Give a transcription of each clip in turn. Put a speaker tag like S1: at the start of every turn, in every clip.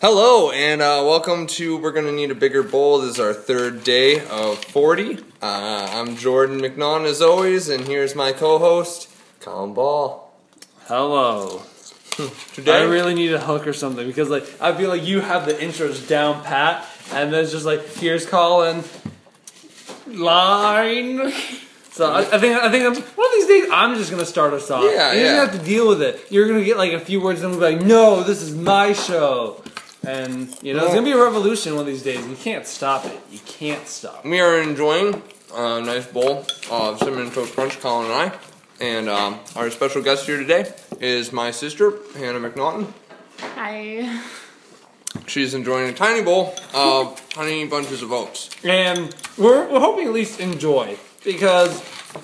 S1: Hello and uh, welcome to We're Gonna Need a Bigger Bowl. This is our third day of 40. Uh, I'm Jordan McNaughton as always, and here's my co-host Colin Ball.
S2: Hello.
S1: Today,
S2: I really need a hook or something because like I feel like you have the intros down pat, and then it's just like here's Colin line. So I, I think I think I'm, one of these days I'm just gonna start us off.
S1: Yeah,
S2: You're
S1: yeah.
S2: gonna have to deal with it. You're gonna get like a few words and be like, no, this is my show, and you know it's gonna be a revolution one of these days. You can't stop it. You can't stop.
S1: we are enjoying a nice bowl of cinnamon toast crunch, Colin and I. And um, our special guest here today is my sister Hannah McNaughton.
S3: Hi.
S1: She's enjoying a tiny bowl of honey bunches of oats.
S2: And we're, we're hoping at least enjoy because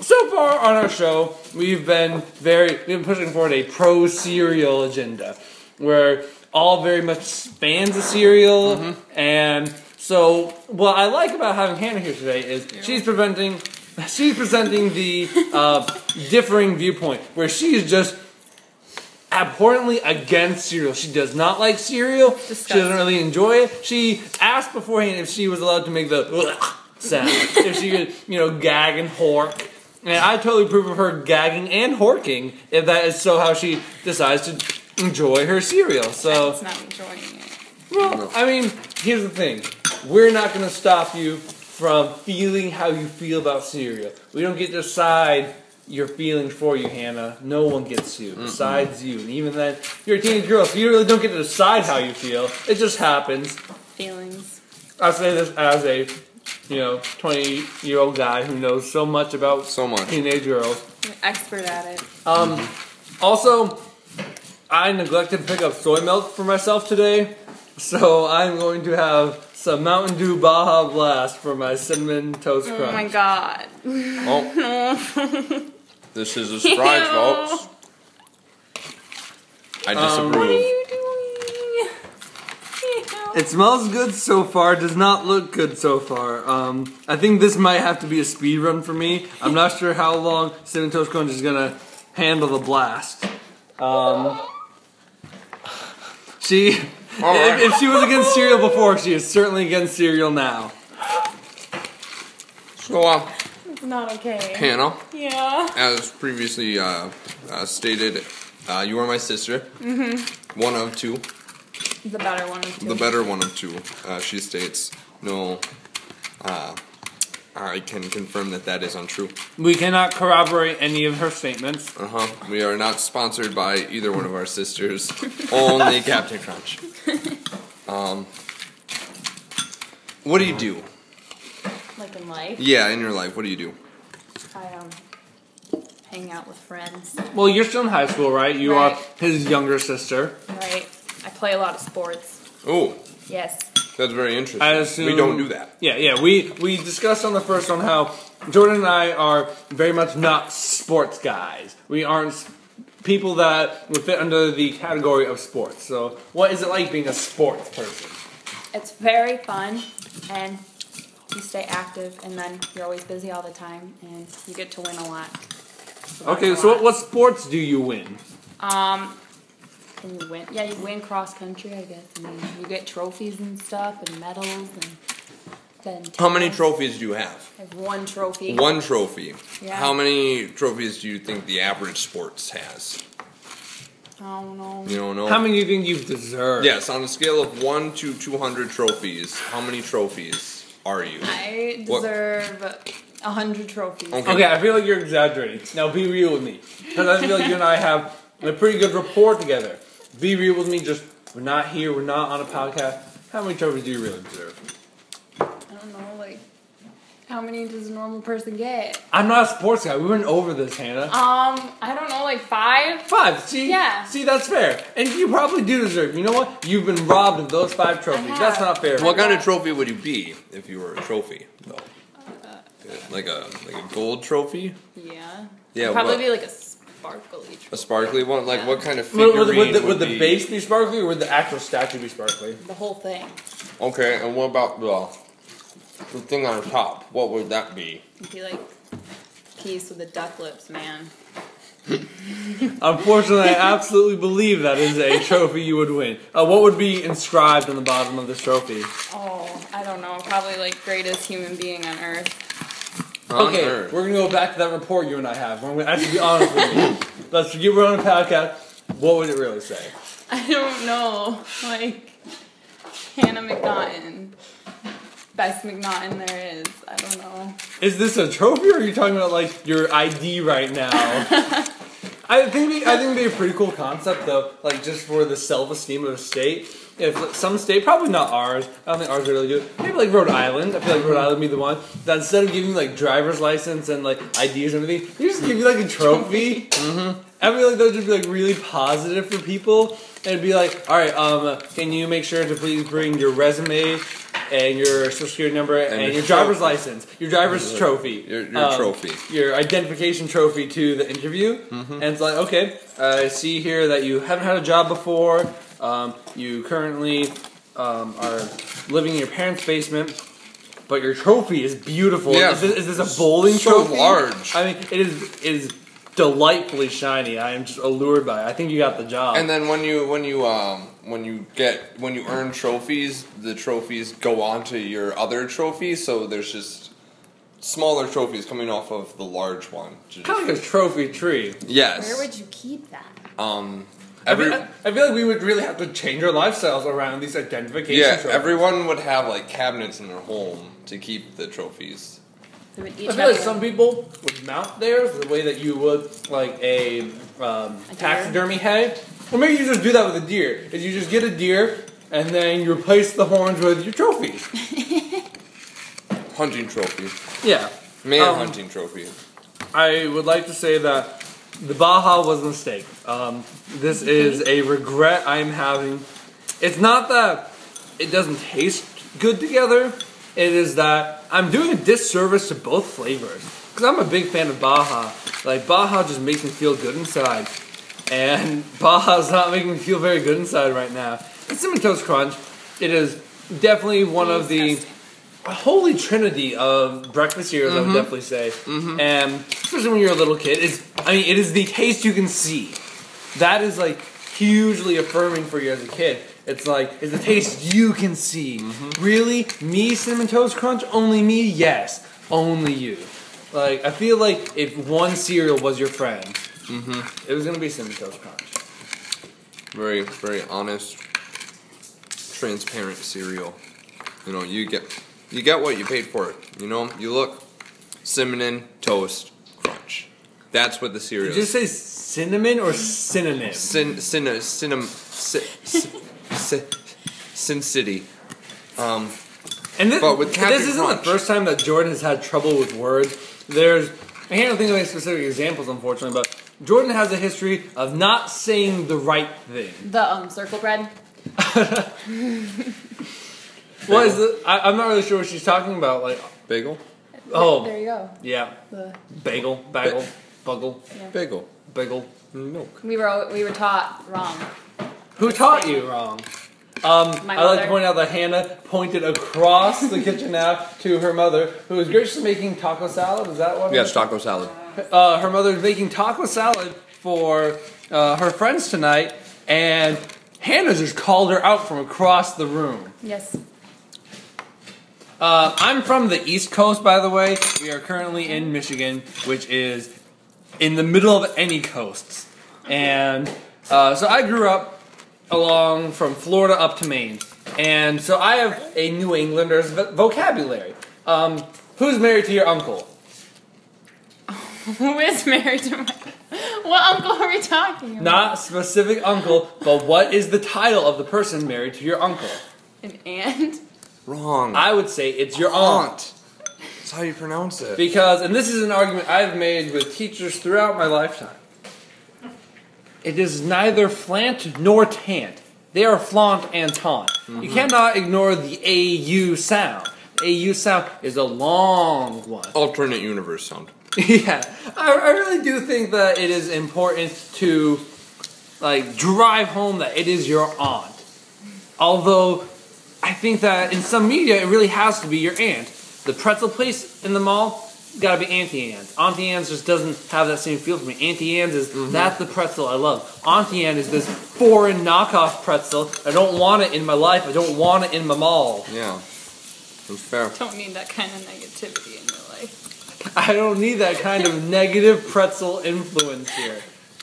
S2: so far on our show we've been very we've been pushing forward a pro cereal agenda where all very much fans of cereal and so what I like about having Hannah here today is she's preventing she's presenting the uh, differing viewpoint where she is just abhorrently against cereal. She does not like cereal. She doesn't really enjoy it. She asked beforehand if she was allowed to make the sound, if she could, you know, gag and hork. And I totally approve of her gagging and horking if that is so how she decides to enjoy her cereal. So,
S3: It's not enjoying it.
S2: well, I mean, here's the thing. We're not going to stop you from feeling how you feel about cereal. We don't get to decide your feelings for you, Hannah. No one gets to, besides you. And even then, you're a teenage girl, so you really don't get to decide how you feel. It just happens.
S3: Feelings.
S2: I say this as a, you know, 20 year old guy who knows so much about
S1: So much.
S2: teenage girls.
S3: I'm an expert at it.
S2: Um, also, I neglected to pick up soy milk for myself today, so I'm going to have some Mountain Dew Baja Blast for my cinnamon toast crunch.
S3: Oh my god.
S1: Oh, this is a surprise,
S3: Ew.
S1: folks. I
S2: Um,
S3: What are
S1: disapprove.
S3: you doing? Ew.
S2: It smells good so far. Does not look good so far. Um, I think this might have to be a speed run for me. I'm not sure how long cinnamon toast crunch is gonna handle the blast. Um, she, if,
S1: All right.
S2: if she was against cereal before, she is certainly against cereal now.
S1: So, uh,
S3: It's not okay.
S1: Hannah,
S3: Yeah.
S1: as previously uh, uh, stated, uh, you are my sister. Mm-hmm. One of two,
S3: The better one of two.
S1: the better one of two. Uh, she states, no, uh, I can confirm that that is untrue.
S2: We cannot corroborate any of her statements.
S1: Uh huh. We are not sponsored by either one of our sisters, only Captain Crunch. Um, what do you do?
S3: like in life.
S1: Yeah, in your life, what do you do?
S3: I um hang out with friends.
S2: Well, you're still in high school, right? You
S3: Right.
S2: are his younger sister.
S3: Right. I play a lot of sports.
S1: Oh,
S3: Yes.
S1: that's very interesting.
S2: I assume
S1: we don't do that.
S2: Yeah, yeah. We we discussed on the first one how Jordan and I are very much not sports guys. We aren't s- people that would fit under the category of sports. So, what is it like being a sports person?
S3: It's very fun and you stay active and then you're always busy all the time and you get to win a lot.
S2: Okay, so what, what sports do you win?
S3: Um, and you win. Yeah, you win cross country, I guess. And you- you get trophies and stuff, and medals, and then.
S1: How many
S3: titles.
S1: trophies do you have?
S3: I have one trophy.
S1: One trophy.
S3: Yeah.
S1: How many trophies do you think the average sports has?
S3: I don't know.
S1: You don't know.
S2: How many do you think you've deserved?
S1: Yes, on a scale of one to two hundred trophies, how many trophies are you?
S3: I
S1: What-
S3: deserve a hundred trophies.
S1: Okay.
S2: Okay, I feel like you're exaggerating. Now be real with me. Because I feel like you and I have a pretty good rapport together. Be real with me, just we're not here, we're not on a podcast. How many trophies do you really deserve?
S3: I don't know, like, how many does a normal person get?
S2: I'm not a sports guy. We went over this, Hannah.
S3: Um, I don't know, like five.
S2: Five. See,
S3: Yeah.
S2: see, that's fair, and you probably do deserve. You know what? You've been robbed of those five trophies. That's
S3: have.
S2: not fair.
S1: What kind of trophy would you be if you were a trophy, though?
S3: Uh,
S1: Like a like a gold trophy,
S3: Yeah.
S1: Yeah,
S3: Probably
S1: what-
S3: be like a sparkly
S1: a
S3: trophy.
S1: sparkly one. Like what kind of
S2: Would,
S1: figurine
S2: would, would the, would the
S1: be-
S2: base be sparkly, or would the actual statue be sparkly?
S3: The whole thing.
S1: Okay, and what about the the thing on top? What would that be?
S3: It'd be like peas with the duck lips, man.
S2: Unfortunately, I absolutely believe that is a trophy you would win. Uh, what would be inscribed on the bottom of this trophy?
S3: Oh, I don't know. Probably like greatest human being on earth.
S1: On
S2: okay,
S1: Earth.
S2: we're gonna go back to that report you and I have. I'm gonna actually be honest with you. Let's forget we're on a podcast. What would it really say?
S3: I don't know. Like Hannah McNaughton. Best McNaughton there is. I don't know.
S2: Is this a trophy, or are you talking about like your ID right now? I think it'd be, I think it'd be a pretty cool concept though, like just for the self esteem of a state. If like, some state, probably not ours, I don't think ours would really do it. Maybe like Rhode Island. I feel like Rhode
S1: Mm-hmm.
S2: Island would be the one that instead of giving you like driver's license and like IDs and everything, they just give you like a trophy.
S1: Mm-hmm.
S2: I feel like those would be like really positive for people. And it'd be like, all right, um, can you make sure to please bring your resume and your social security number and,
S1: your
S2: your driver's
S1: trophy.
S2: license, your driver's trophy, Um,
S1: Your- your trophy.
S2: your identification trophy to the interview.
S1: Mm-hmm.
S2: And it's like, okay, I see here that you haven't had a job before. Um, you currently um, are living in your parents' basement. But your trophy is beautiful.
S1: Yeah.
S2: Is, this, is this a bowling
S1: So
S2: trophy?
S1: large.
S2: I mean, it is it is delightfully shiny. I am just allured by it. I think you got the job.
S1: And then when you when you um when you get when you earn trophies, the trophies go on to your other trophies. So there's just smaller trophies coming off of the large one. Just-
S2: kind of like a trophy tree.
S1: yes.
S3: Where would you keep that?
S1: um.
S2: I
S1: Every,
S2: feel- I, I feel like we would really have to change our lifestyles around these identification
S1: yeah,
S2: trophies.
S1: everyone would have like cabinets in their home to keep the trophies.
S3: They would each
S2: I feel
S3: have
S2: like some
S3: their-
S2: people would mount theirs the way that you would like a um,
S3: A
S2: taxidermy head, or maybe you just do that with a deer. Is you just get a deer and then you replace the horns with your trophies.
S1: Hunting trophy,
S2: yeah,
S1: man,
S2: Um,
S1: hunting trophy.
S2: I would like to say that the Baja was a mistake. Um, this is a regret I'm having. It's not that it doesn't taste good together. It is that I'm doing a disservice to both flavors because I'm a big fan of Baja. Like Baja just makes me feel good inside, and Baja's not making me feel very good inside right now. It's cinnamon toast crunch. It is definitely one of the
S3: Disgusting.
S2: a holy trinity of breakfast cereals, I would definitely say. And especially when you're a little kid, is I mean, it is the taste you can see. That is like hugely affirming for you as a kid. It's like it's the taste you can see. Really, me cinnamon toast crunch, only me. Yes, only you. Like I feel like if one cereal was your friend, it was gonna be cinnamon toast crunch.
S1: Very, very honest, transparent cereal. You know, you get you get what you paid for. You know, you look cinnamon toast crunch. That's what the cereal.
S2: Did
S1: is.
S2: you say cinnamon or synonym?
S1: Sin Sin Sin Sin Sin, Sin City. Um,
S2: And this,
S1: But with Captain
S2: this isn't
S1: Crunch-
S2: the first time that Jordan has had trouble with words. There's, I can't think of any specific examples, unfortunately, but Jordan has a history of not saying the right thing.
S3: The um circle bread.
S2: What is the, I, I'm not really sure what she's talking about. Like,
S1: bagel,
S2: Oh.
S3: There you go.
S2: yeah,
S3: The
S2: bagel, bagel, buggle,
S1: bagel,
S2: bagel.
S1: milk.
S3: we were we were taught wrong.
S2: Who taught you wrong? Um,
S3: My
S2: I like to
S3: mother.
S2: point out that Hannah pointed across the kitchen now to her mother, who was graciously making taco salad. Is that what? it
S1: Yes, taco salad.
S2: uh, her mother's making taco salad for uh, her friends tonight, and Hannah just called her out from across the room.
S3: Yes.
S2: Uh, I'm from the East Coast, by the way. We are currently in Michigan, which is in the middle of any coasts. And uh, so I grew up along from Florida up to Maine. And so I have a New Englander's vo- vocabulary. Um, who's married to your uncle?
S3: Who is married to my What uncle are we talking about?
S2: Not specific uncle, but what is the title of the person married to your uncle?
S3: An aunt?
S1: Wrong.
S2: I would say it's your aunt.
S1: Aunt. That's how you pronounce it.
S2: Because, and this is an argument I've made with teachers throughout my lifetime. It is neither flant nor tant. They are flaunt and taunt. You cannot ignore the AU sound. The AU sound is a long one.
S1: Alternate universe sound.
S2: yeah, I, I really do think that it is important to like drive home that it is your aunt. Although I think that in some media it really has to be your aunt. The pretzel place in the mall, gotta be Auntie Anne's. Auntie Anne's just doesn't have that same feel for me. Auntie Anne's is that's the pretzel I love. Auntie Anne is this foreign knockoff pretzel. I don't want it in my life. I don't want it in my mall.
S1: Yeah. That's fair.
S3: Don't need that kind of negativity in your life.
S2: I don't need that kind of negative pretzel influence here.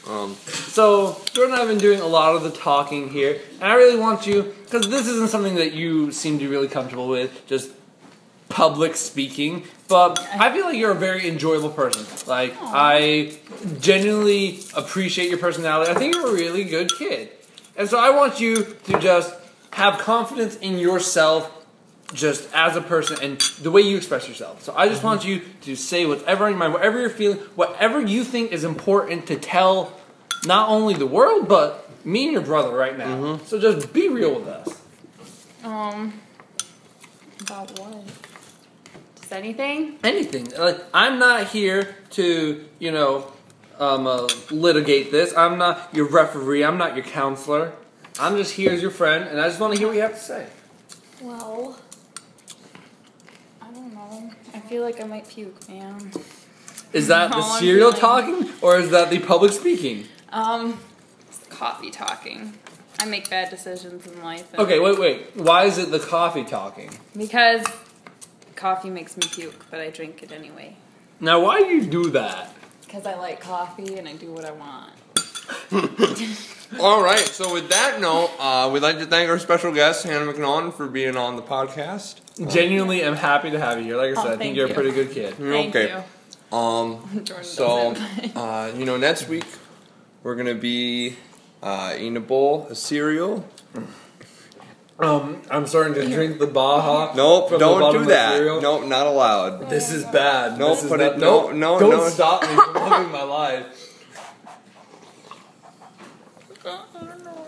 S1: Um,
S2: So, Jordan and I have been doing a lot of the talking here, and I really want you, because this isn't something that you seem to be really comfortable with, just public speaking, but I feel like you're a very enjoyable person. Like, I genuinely appreciate your personality. I think you're a really good kid. And so, I want you to just have confidence in yourself just as a person and the way you express yourself. So I just
S3: Mm-hmm.
S2: want you to say whatever on your mind, whatever you're feeling, whatever you think is important to tell not only the world but me and your brother right now.
S3: Mm-hmm.
S2: So just be real with us.
S3: Um, about what? Just anything?
S2: Anything. Like I'm not here to you know um, uh, litigate this. I'm not your referee. I'm not your counselor. I'm just here as your friend, and I just want to hear what you have to say.
S3: Well, I don't know. I feel like I might puke, man.
S2: Is that
S3: How
S2: the
S3: I'm
S2: serial
S3: feeling.
S2: talking or is that the public speaking?
S3: Um, it's the coffee talking. I make bad decisions in life. and-
S2: Okay, wait, wait. Why is it the coffee talking?
S3: Because coffee makes me puke, but I drink it anyway.
S2: Now, why do you do that?
S3: Because I like coffee and I do what I want.
S1: all right. So with that note, uh, we'd like to thank our special guest Hannah McNaughton for being on the podcast.
S2: Genuinely, I'm happy to have you here. Like I said, I
S3: Oh, thank
S2: think you're a
S3: you.
S2: pretty good kid.
S3: Thank
S1: Mm, okay. Um.
S3: you. Jordan
S1: So,
S3: doesn't.
S1: uh, you know, next week we're gonna be uh, eating a bowl of cereal.
S2: Um, I'm starting to drink the Baja.
S1: Nope,
S2: from the
S1: don't
S2: bottom
S1: do
S2: of
S1: that.
S2: cereal.
S1: Nope, not allowed.
S2: This is bad.
S1: Nope,
S2: this is
S1: put
S2: not-
S1: it- no, no,
S2: Don't
S1: no.
S2: stop me from living my life.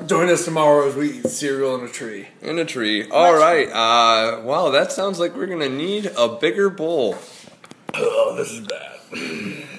S2: Join us tomorrow as we eat cereal in a tree.
S1: In a tree. All right. Uh, wow, that sounds like we're gonna need a bigger bowl.
S2: Oh, this is bad.